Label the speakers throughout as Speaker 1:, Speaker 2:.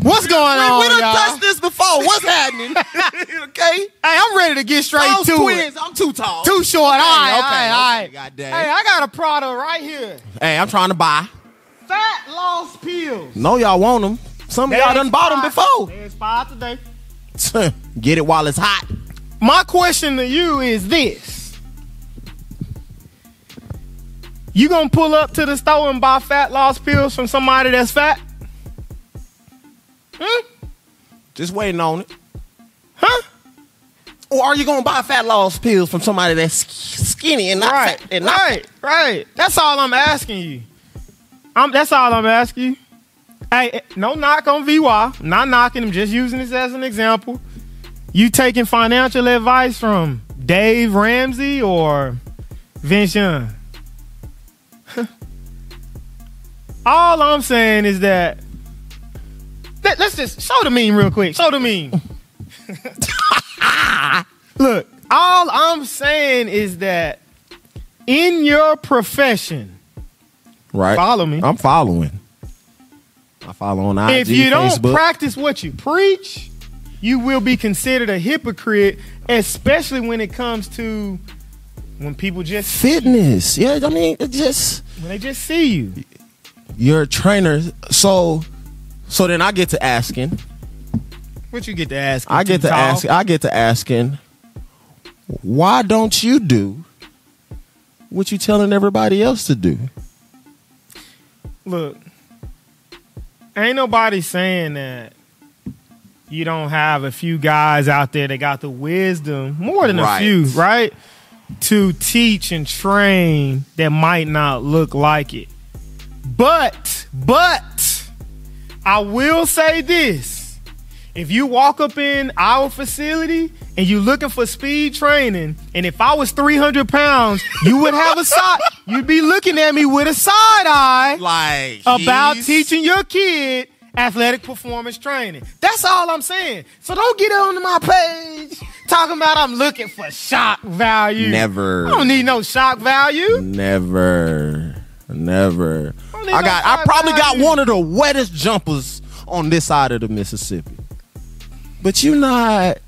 Speaker 1: What's going on,
Speaker 2: we done
Speaker 1: Oh, y'all?
Speaker 2: touched this before. What's happening? okay?
Speaker 1: Hey, I'm ready to get straight
Speaker 2: Those
Speaker 1: to
Speaker 2: twins,
Speaker 1: it.
Speaker 2: I'm too tall.
Speaker 1: Too short. All right,
Speaker 2: okay,
Speaker 1: all right, all right.
Speaker 2: okay, goddamn.
Speaker 1: Hey, I got a product right here.
Speaker 2: Hey, I'm trying to buy.
Speaker 1: Fat loss pills.
Speaker 2: No, y'all want them. Some of y'all done bought them before.
Speaker 1: They expired today.
Speaker 2: Get it while it's hot.
Speaker 1: My question to you is this. You gonna pull up to the store and buy fat loss pills from somebody that's fat? Hmm?
Speaker 2: Just waiting on it.
Speaker 1: Huh?
Speaker 2: Or are you gonna buy fat loss pills from somebody that's skinny and not
Speaker 1: Right.
Speaker 2: fat and not
Speaker 1: Right. Right. That's all I'm asking you. I'm that's all I'm asking you. Hey, eh, no knock on VY. Not knocking him, just using this as an example. You taking financial advice from Dave Ramsey or Vince Young? all I'm saying is that let, us just show the meme real quick. Show the meme. Look, all I'm saying is that in your profession,
Speaker 2: Right.
Speaker 1: Follow me.
Speaker 2: I'm following. I follow on IG,
Speaker 1: if you don't
Speaker 2: Facebook.
Speaker 1: practice what you preach, you will be considered a hypocrite, especially when it comes to when people just
Speaker 2: Fitness. Yeah, I mean, it just
Speaker 1: when they just see you.
Speaker 2: you're a trainer. So, so then I get to asking.
Speaker 1: What you get to ask?
Speaker 2: I get to ask. I get to asking. Why don't you do what you telling everybody else to do?
Speaker 1: Look, ain't nobody saying that you don't have a few guys out there that got the wisdom, more than
Speaker 2: Right.
Speaker 1: a few, right? To teach and train that might not look like it. But, but, I will say this. If you walk up in our facility and you looking for speed training, and if I was 300 pounds, you would have a side, you'd be looking at me with a side eye
Speaker 2: Like
Speaker 1: about teaching your kid athletic performance training. That's all I'm saying. So don't get on my page talking about I'm looking for shock value.
Speaker 2: Never.
Speaker 1: I don't need no shock value.
Speaker 2: Never, never.
Speaker 1: I don't
Speaker 2: I got.
Speaker 1: even know
Speaker 2: I
Speaker 1: why
Speaker 2: probably
Speaker 1: God
Speaker 2: got
Speaker 1: did-
Speaker 2: one of the wettest jumpers on this side of the Mississippi. But you not.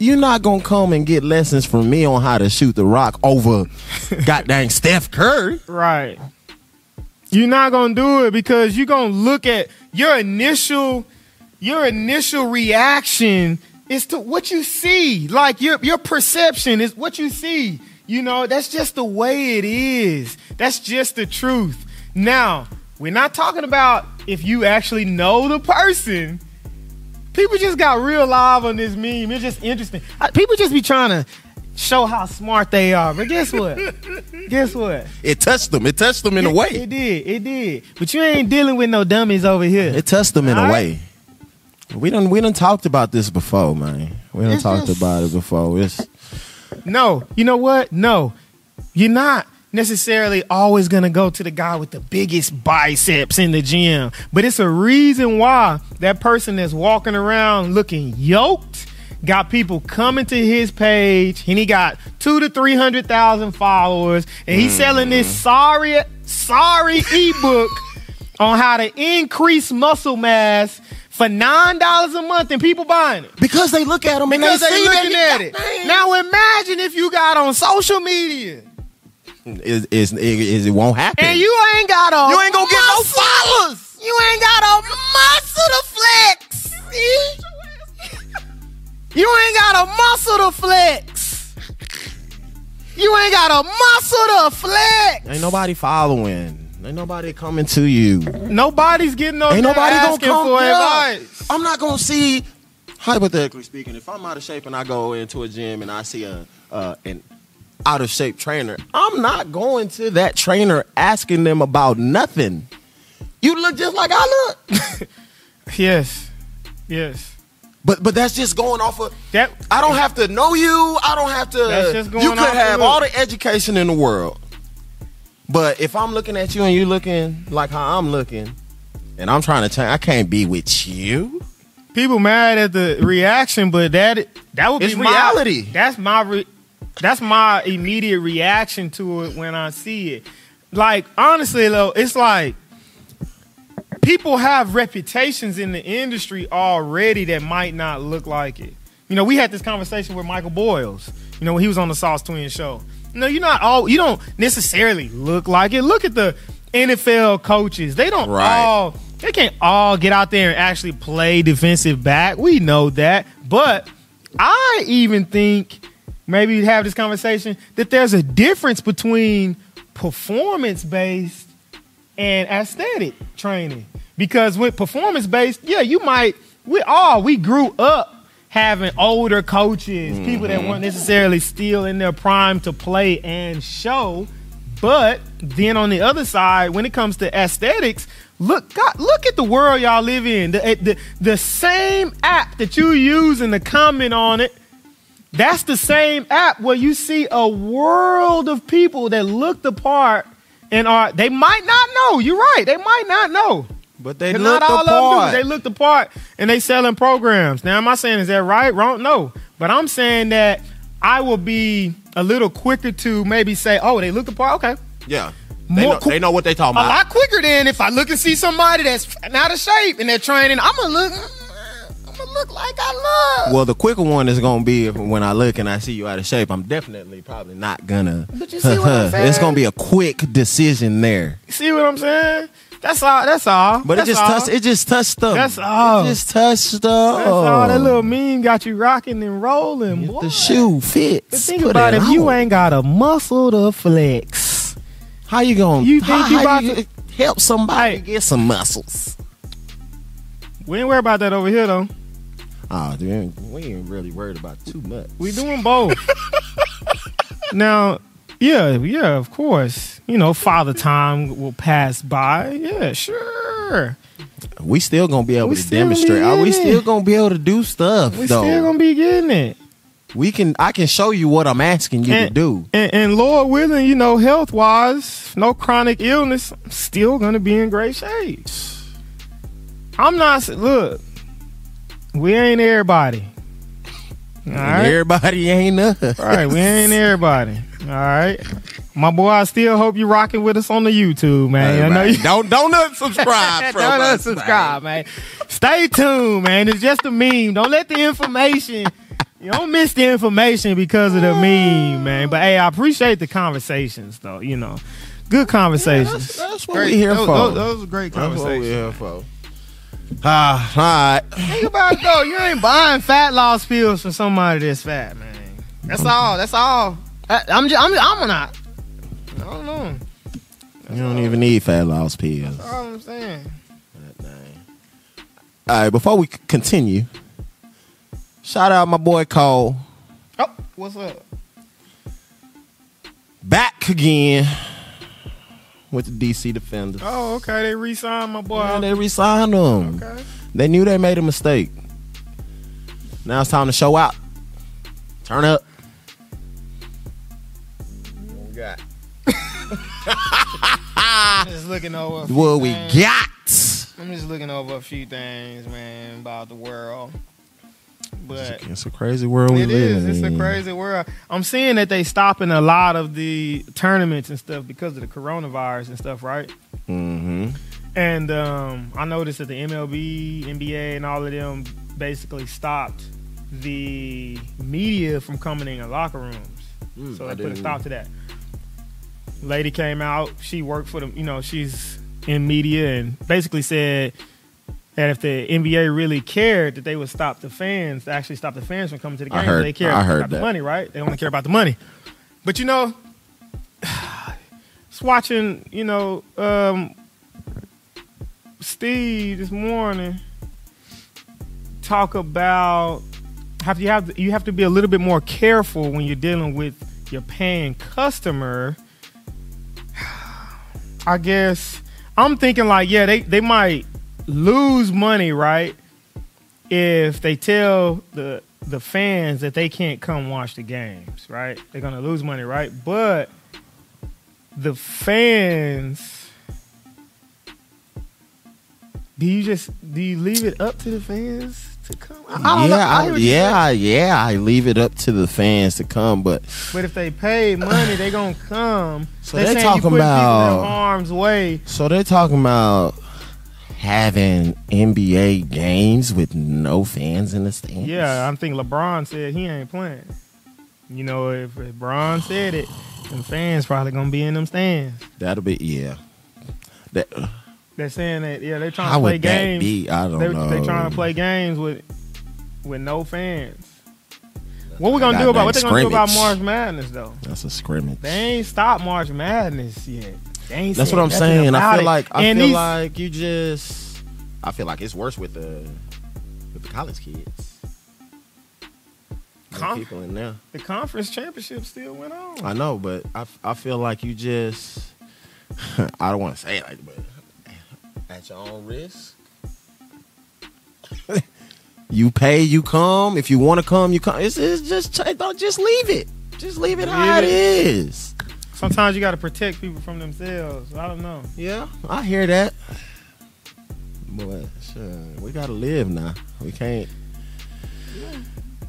Speaker 2: You're not gonna come and get lessons from me on how to shoot the rock over, goddamn Steph Curry.
Speaker 1: Right. You're not going to do it because you're going to look at your initial your initial reaction is to what you see. Like your your perception is what you see. You know, that's just the way it is. That's just the truth. Now, we're not talking about if you actually know the person. People just got real live on this meme. It's just interesting. Uh, People just be trying to show how smart they are. But guess what? guess what?
Speaker 2: It touched them. It touched them in a way.
Speaker 1: It did, it did. But you ain't dealing with no dummies over here.
Speaker 2: It touched them in a
Speaker 1: All
Speaker 2: way. We done we done talked about this before, man. We done
Speaker 1: It's
Speaker 2: talked
Speaker 1: just-
Speaker 2: about it before. It's
Speaker 1: no, you know what? No, you're not necessarily always gonna go to the guy with the biggest biceps in the gym. But it's a reason why that person that's walking around looking yoked got people coming to his page, and he got two to three hundred thousand followers, and he's selling this sorry, sorry ebook. on how to increase muscle mass for nine dollars a month, and people buying it
Speaker 2: because they look at them
Speaker 1: because
Speaker 2: and
Speaker 1: they
Speaker 2: they, see
Speaker 1: looking
Speaker 2: that
Speaker 1: at it. Now imagine if you got on social media
Speaker 2: Is, is, is it won't happen.
Speaker 1: and you ain't got on.
Speaker 2: You ain't gonna get no followers.
Speaker 1: You ain't got on muscle to flex. you ain't got a muscle to flex. You ain't got a muscle to flex.
Speaker 2: Ain't nobody following. Ain't nobody coming to you. Ain't
Speaker 1: Nobody's getting no.
Speaker 2: nobody gonna
Speaker 1: asking
Speaker 2: come
Speaker 1: for
Speaker 2: yeah.
Speaker 1: advice.
Speaker 2: I'm not gonna see. Hypothetically speaking, if I'm out of shape and I go into a gym and I see a uh, an out of shape trainer, I'm not going to that trainer asking them about nothing. You look just like I look,
Speaker 1: Yes, yes.
Speaker 2: but but that's just going off of.
Speaker 1: That
Speaker 2: I don't have to know you. I don't have to.
Speaker 1: That's just going
Speaker 2: you could
Speaker 1: off the
Speaker 2: have
Speaker 1: look.
Speaker 2: all the education in the world, but if I'm looking at you and you looking like how I'm looking, and I'm trying to change, I can't be with you.
Speaker 1: people mad at the reaction, but that that would
Speaker 2: It's
Speaker 1: be my-
Speaker 2: reality.
Speaker 1: that's my re, that's my immediate reaction to it when I see it. Like honestly though, it's like people have reputations in the industry already that might not look like it. You know, we had this conversation with Michael Boyles. You know, when he was on the Sauce Twin show. No, you're not all. You don't necessarily look like it. Look at the NFL coaches. They don't
Speaker 3: Right.
Speaker 1: all. They can't all get out there and actually play defensive back. We know that, but I even think maybe have this conversation that there's a difference between performance based and aesthetic training. Because with performance based, yeah, you might we all we grew up having older coaches, people that weren't necessarily still in their prime to play and show. But then on the other side, when it comes to aesthetics, look God, look at the world y'all live in. The, eh, the, the same app that you use and the comment on it that's the same app where you see a world of people that look the part and are they might not know. You're right. They might not know.
Speaker 2: But they
Speaker 1: 'Cause
Speaker 2: look
Speaker 1: not
Speaker 2: the
Speaker 1: all of them
Speaker 2: part.
Speaker 1: do. They look the part and they selling programs. Now am I saying is that right? Wrong? No. But I'm saying that I will be a little quicker to maybe say, oh, they look the part. Okay.
Speaker 2: yeah. They
Speaker 1: More
Speaker 2: know,
Speaker 1: co-
Speaker 2: they know what they talking
Speaker 1: A
Speaker 2: about.
Speaker 1: lot quicker than if I look and see somebody that's out of shape and they're training. I'm gonna look. I'm gonna look like I look.
Speaker 2: Well, the quicker one is gonna be if, when I look and I see you out of shape. I'm definitely probably not gonna.
Speaker 1: But you see what I'm
Speaker 2: It's
Speaker 1: saying?
Speaker 2: gonna be a quick decision there.
Speaker 1: See what I'm saying? That's all. That's all.
Speaker 2: But
Speaker 1: that's
Speaker 2: it just
Speaker 1: all.
Speaker 2: touched. It just touched them.
Speaker 1: That's all.
Speaker 2: It just touched them.
Speaker 1: That's all that little meme got you rocking and rolling,
Speaker 2: If
Speaker 1: boy.
Speaker 2: Oh. the shoe fits.
Speaker 1: But think
Speaker 2: put
Speaker 1: about
Speaker 2: it
Speaker 1: if you
Speaker 2: on.
Speaker 1: ain't got a muscle to flex.
Speaker 2: How you gonna?
Speaker 1: You think
Speaker 2: how,
Speaker 1: you
Speaker 2: how
Speaker 1: about
Speaker 2: gonna help somebody
Speaker 1: Hey.
Speaker 2: get some muscles?
Speaker 1: We ain't worry about that over here though.
Speaker 2: Oh, dude, we ain't really worried about too much.
Speaker 1: We doing both. now, yeah, yeah, of course. You know, father time will pass by. Yeah, sure.
Speaker 2: We still gonna be able
Speaker 1: We
Speaker 2: to
Speaker 1: still
Speaker 2: demonstrate.
Speaker 1: gonna be
Speaker 2: Are we
Speaker 1: in it.
Speaker 2: still gonna be able to do stuff?
Speaker 1: We
Speaker 2: though
Speaker 1: still gonna be getting it.
Speaker 2: we can. I can show you what I'm asking you to
Speaker 1: And,
Speaker 2: do.
Speaker 1: and, and Lord willing, you know, health wise, no chronic illness, I'm still gonna be in great shape. I'm not. s- Look, we ain't everybody. All
Speaker 2: And
Speaker 1: right,
Speaker 2: Everybody ain't us.
Speaker 1: all right, we ain't everybody. All right, my boy, I still hope you rocking with us on the YouTube, man. I know you.
Speaker 2: don't don't unsubscribe from
Speaker 1: Don't
Speaker 2: us,
Speaker 1: unsubscribe, man. Stay tuned, man. It's just a meme. Don't let the information. You don't miss the information because of the meme, man. But hey, I appreciate the conversations, though. You know, good
Speaker 2: man.
Speaker 1: conversations.
Speaker 2: That's, that's what we here
Speaker 1: those,
Speaker 2: for.
Speaker 1: Those, those are great
Speaker 2: that's what we
Speaker 1: conversations.
Speaker 2: here for. Ah, all right.
Speaker 1: Think about it though. You ain't buying fat loss pills from somebody that's fat, man. That's all. That's all. I, I'm just. I'm. I'm not. I don't know.
Speaker 2: You don't even need fat loss pills.
Speaker 1: That's all I'm saying.
Speaker 2: All right, before we c- continue, shout out my boy Cole.
Speaker 1: Oh, what's up?
Speaker 2: Back again with the DC Defenders.
Speaker 1: Oh, okay. They re-signed my boy.
Speaker 2: Yeah, they resigned him.
Speaker 1: Oh, okay.
Speaker 2: They knew they made a mistake. Now it's time to show out. Turn up. What we got?
Speaker 1: I'm just looking over. a few
Speaker 2: What we
Speaker 1: things.
Speaker 2: got?
Speaker 1: I'm just looking over a few things, man, about the world. But
Speaker 2: It's a crazy world we
Speaker 1: it
Speaker 2: live
Speaker 1: is.
Speaker 2: in.
Speaker 1: It's a crazy world. I'm seeing that they stopping a lot of the tournaments and stuff because of the coronavirus and stuff, right?
Speaker 2: Mm-hmm.
Speaker 1: And um, I noticed that the MLB, NBA, and all of them basically stopped the media from coming in the locker rooms.
Speaker 2: Mm,
Speaker 1: so
Speaker 2: I
Speaker 1: they put a
Speaker 2: didn't-
Speaker 1: stop to that. Lady came out. She worked for them. You know, she's in media and basically said that if the NBA really cared, that they would stop the fans, to actually stop the fans from coming to the
Speaker 2: I
Speaker 1: game.
Speaker 2: heard-
Speaker 1: they care
Speaker 2: I heard
Speaker 1: about
Speaker 2: that.
Speaker 1: the money, right? They only care about the money. But you know, just watching, you know, um, Steve this morning talk about have you have you have to be a little bit more careful when you're dealing with your paying customer. I guess I'm thinking like, yeah, they, they might lose money, right? If they tell the the fans that they can't come watch the games, right? They're gonna lose money, right? But the fans do you just do you leave it up to the fans to come? I, I don't know.
Speaker 2: yeah, I,
Speaker 1: I hear what you're
Speaker 2: yeah, I- yeah. I leave it up to the fans to come, but
Speaker 1: But if they pay money, they gonna come.
Speaker 2: So
Speaker 1: They
Speaker 2: they
Speaker 1: saying you
Speaker 2: talking
Speaker 1: putting people
Speaker 2: about-
Speaker 1: in harm's way.
Speaker 2: so they're talking about having NBA games with no fans in the stands.
Speaker 1: Yeah, I think LeBron said he ain't playing. You know, if LeBron said it, them fans probably gonna be in them stands.
Speaker 2: that'll be yeah. That,
Speaker 1: They're saying that yeah, they're trying
Speaker 2: how
Speaker 1: to play
Speaker 2: would that
Speaker 1: games.
Speaker 2: be? I don't
Speaker 1: they,
Speaker 2: know.
Speaker 1: they trying to play games with with no fans. What we gonna
Speaker 2: Goddamn
Speaker 1: do about what they gonna do about March
Speaker 2: scrimmage.
Speaker 1: Madness though?
Speaker 2: That's a scrimmage.
Speaker 1: They ain't stopped March Madness yet. They ain't
Speaker 2: That's
Speaker 1: said
Speaker 2: what I'm
Speaker 1: nothing
Speaker 2: saying. I
Speaker 1: about
Speaker 2: feel
Speaker 1: it.
Speaker 2: like I
Speaker 1: and
Speaker 2: feel
Speaker 1: these,
Speaker 2: like you just. I feel like it's worse with the with the college kids. The
Speaker 1: Con-
Speaker 2: people in there.
Speaker 1: the conference championship still went on.
Speaker 2: I know, but I, I feel like you just I don't want to say it like, but at your own risk. you pay, you come. If you want to come, you come. It's, it's just don't just leave it. Just leave it how it
Speaker 1: Leave
Speaker 2: is.
Speaker 1: Sometimes you got to protect people from themselves. I don't know.
Speaker 2: Yeah, I hear that. But sure, we gotta live now. We can't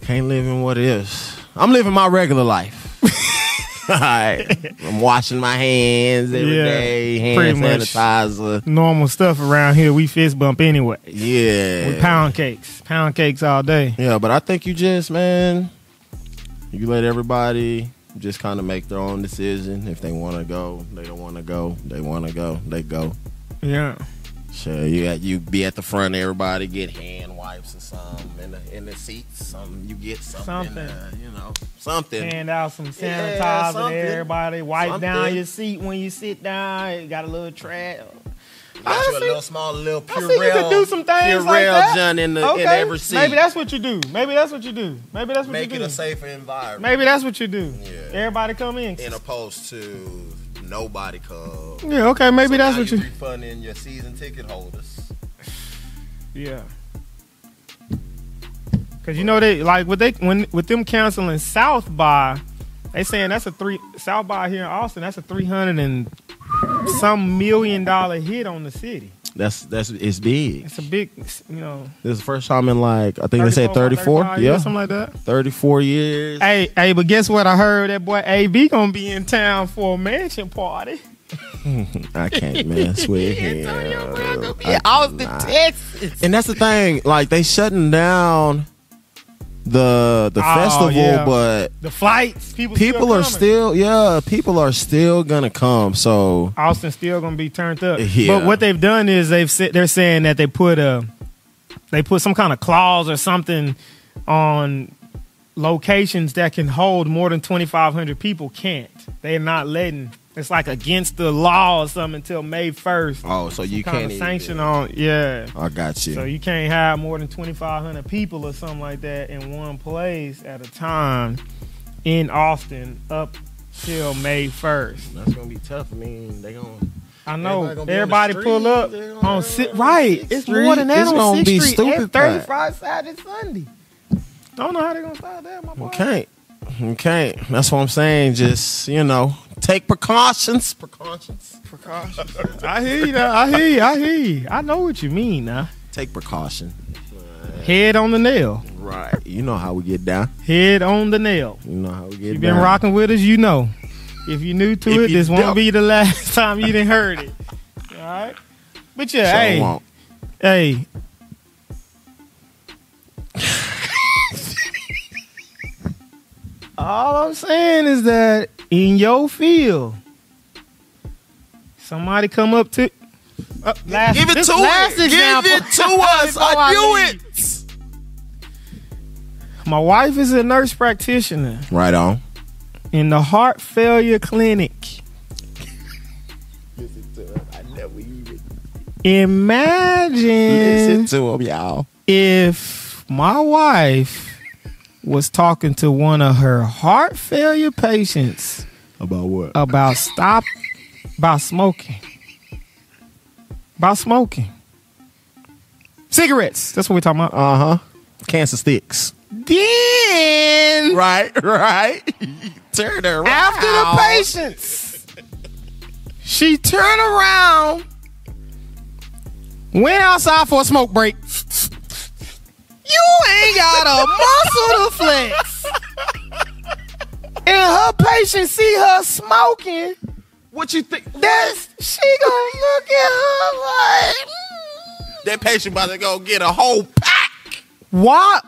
Speaker 2: can't live in what is. I'm living my regular life. All right. I'm washing my hands every
Speaker 1: Yeah,
Speaker 2: day.
Speaker 1: pretty
Speaker 2: Hand
Speaker 1: much.
Speaker 2: sanitizer.
Speaker 1: Normal stuff around here. We fist bump anyway.
Speaker 2: Yeah.
Speaker 1: We pound cakes, pound cakes all day.
Speaker 2: Yeah, but I think you just, man, you let everybody just kind of make their own decision. If they want to go, they don't want to go. They want to go, they go.
Speaker 1: Yeah.
Speaker 2: Sure, you at, you be at the front. Everybody get hand wipes or something in the in the seats. Something you get something,
Speaker 1: Something.
Speaker 2: uh, you know, something.
Speaker 1: Hand out some sanitizer
Speaker 2: Yeah,
Speaker 1: to
Speaker 2: something.
Speaker 1: everybody. Wipe down
Speaker 2: Something.
Speaker 1: your seat when you sit down. It got a little trash.
Speaker 2: Got
Speaker 1: I
Speaker 2: you a
Speaker 1: see-
Speaker 2: little small little
Speaker 1: I see
Speaker 2: Purell.
Speaker 1: you could do some things
Speaker 2: Purell
Speaker 1: like that.
Speaker 2: John in the in every seat.
Speaker 1: Maybe that's what you do. Maybe that's what you do. Maybe that's what
Speaker 2: make
Speaker 1: you
Speaker 2: it
Speaker 1: do.
Speaker 2: a safer environment.
Speaker 1: Maybe that's what you do.
Speaker 2: Yeah.
Speaker 1: Everybody come in.
Speaker 2: in opposed to nobody come.
Speaker 1: Yeah, okay, maybe
Speaker 2: So
Speaker 1: that's
Speaker 2: now
Speaker 1: what
Speaker 2: you
Speaker 1: you
Speaker 2: refunding your season ticket holders.
Speaker 1: Yeah. Cause you know they like with they when with them canceling South by, they saying that's a three South by here in Austin, that's a three hundred and some million dollar hit on the city.
Speaker 2: That's that's it's big.
Speaker 1: It's a big you know
Speaker 2: This is the first time in like I think they said
Speaker 1: 34,
Speaker 2: 34.
Speaker 1: 35 years,
Speaker 2: Yeah,
Speaker 1: something like that.
Speaker 2: 34 years.
Speaker 1: Hey, hey, but guess what? I heard that boy AB gonna be in town for a mansion party.
Speaker 2: I can't mess with him. I cannot.
Speaker 1: Texas.
Speaker 2: And that's the thing, like they shutting down the the
Speaker 1: Oh,
Speaker 2: festival,
Speaker 1: yeah.
Speaker 2: but
Speaker 1: The flights, people,
Speaker 2: people are
Speaker 1: coming.
Speaker 2: still yeah, people are still gonna come. So
Speaker 1: Austin still gonna be turned up.
Speaker 2: Yeah.
Speaker 1: But what they've done is they've said they're saying that they put a they put some kind of clause or something on locations that can hold more than twenty five hundred people can't. They're not letting. It's like against the law or something until May first.
Speaker 2: oh, so you
Speaker 1: Kind
Speaker 2: can't
Speaker 1: of
Speaker 2: even-
Speaker 1: sanction on yeah.
Speaker 2: I got you.
Speaker 1: So you can't have more than 2,500 people or something like that in one place at a time in Austin up till May 1st.
Speaker 2: that's gonna be tough. I mean, they gonna
Speaker 1: I know.
Speaker 2: Everybody gonna
Speaker 1: Everybody,
Speaker 2: be on the
Speaker 1: pull
Speaker 2: street.
Speaker 1: up
Speaker 2: They gonna
Speaker 1: on
Speaker 2: be
Speaker 1: sit
Speaker 2: on
Speaker 1: right.
Speaker 2: Sixth
Speaker 1: It's
Speaker 2: Street.
Speaker 1: more than that
Speaker 2: It's
Speaker 1: on
Speaker 2: gonna
Speaker 1: Sixth
Speaker 2: be
Speaker 1: Street and
Speaker 2: stupid, but-
Speaker 1: 35 Saturday, Sunday. Don't know how they're gonna stop that, my boy.
Speaker 2: you can't. You can't. That's what I'm saying. Just you know, take precautions. Precautions.
Speaker 1: Precautions. I hear you. Now. I hear you. I hear you. I know what you mean. Now,
Speaker 2: Take precaution.
Speaker 1: head on the nail.
Speaker 2: Right. You know how we get down.
Speaker 1: Head on the nail.
Speaker 2: You know how we get
Speaker 1: You've
Speaker 2: down.
Speaker 1: been rocking with us, you know. If you new to
Speaker 2: If
Speaker 1: it,
Speaker 2: you
Speaker 1: this won't
Speaker 2: don't-
Speaker 1: be the last time you didn't heard it. All right. But yeah,
Speaker 2: So um,
Speaker 1: hey,
Speaker 2: won't.
Speaker 1: hey, All I'm saying is that in your field, somebody come up to. Uh, last,
Speaker 2: Give it
Speaker 1: this
Speaker 2: to
Speaker 1: last
Speaker 2: us. Give
Speaker 1: example.
Speaker 2: it to us.
Speaker 1: Before I
Speaker 2: I knew
Speaker 1: leave.
Speaker 2: it.
Speaker 1: My wife is a nurse practitioner
Speaker 2: Right on.
Speaker 1: in the heart failure clinic.
Speaker 2: Listen to him. I never even
Speaker 1: Imagine
Speaker 2: listen to him, y'all.
Speaker 1: if my wife was talking to one of her heart failure patients
Speaker 2: About what?
Speaker 1: about stop about smoking. About smoking. Cigarettes. That's what we're talking about.
Speaker 2: Uh huh. Cancer sticks.
Speaker 1: Then
Speaker 2: Right, right. Turn around.
Speaker 1: after the patients, she turned around, went outside for a smoke break. You ain't got a muscle to flex. And her patient see her smoking.
Speaker 2: what you think?
Speaker 1: That's she gonna look at her like. mm.
Speaker 3: That patient about to go get a whole pack.
Speaker 1: Why?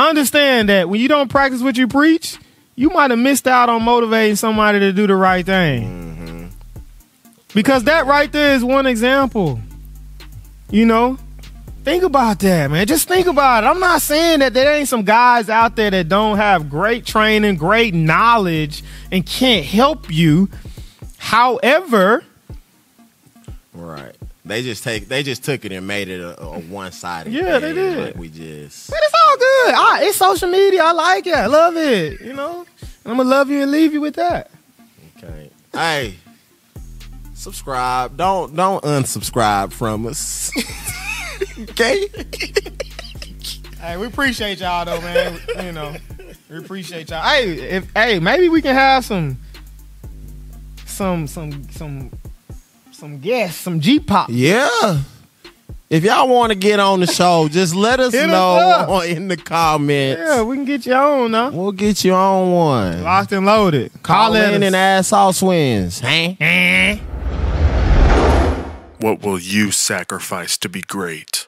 Speaker 1: Understand that when you don't practice what you preach, you might have missed out on motivating somebody to do the right thing. Because that right there is one example. You know? Think about that, man. Just think about it. I'm not saying that there ain't some guys out there that don't have great training, great knowledge, and can't help you. However,
Speaker 3: Right. They just take. They just took it and made it a, a one sided.
Speaker 1: Yeah, they did.
Speaker 3: Like we just.
Speaker 1: But it's all good. I, it's social media. I like it. I love it. You know, and I'm gonna love you and leave you with that.
Speaker 3: Okay.
Speaker 2: Hey, subscribe. Don't don't unsubscribe from us. okay.
Speaker 1: Hey, we appreciate y'all though, man. you know, we appreciate y'all. Hey, if hey, maybe we can have some, some, some, some, some guests, some G pop.
Speaker 2: Yeah. If y'all want to get on the show, just let us
Speaker 1: Hit us up.
Speaker 2: know on- in the comments.
Speaker 1: Yeah, we can get you on though.
Speaker 2: We'll get you on one.
Speaker 1: Locked and loaded.
Speaker 2: Call in and
Speaker 1: us.
Speaker 2: ass sauce wins. Hey.
Speaker 4: What will you sacrifice to be great?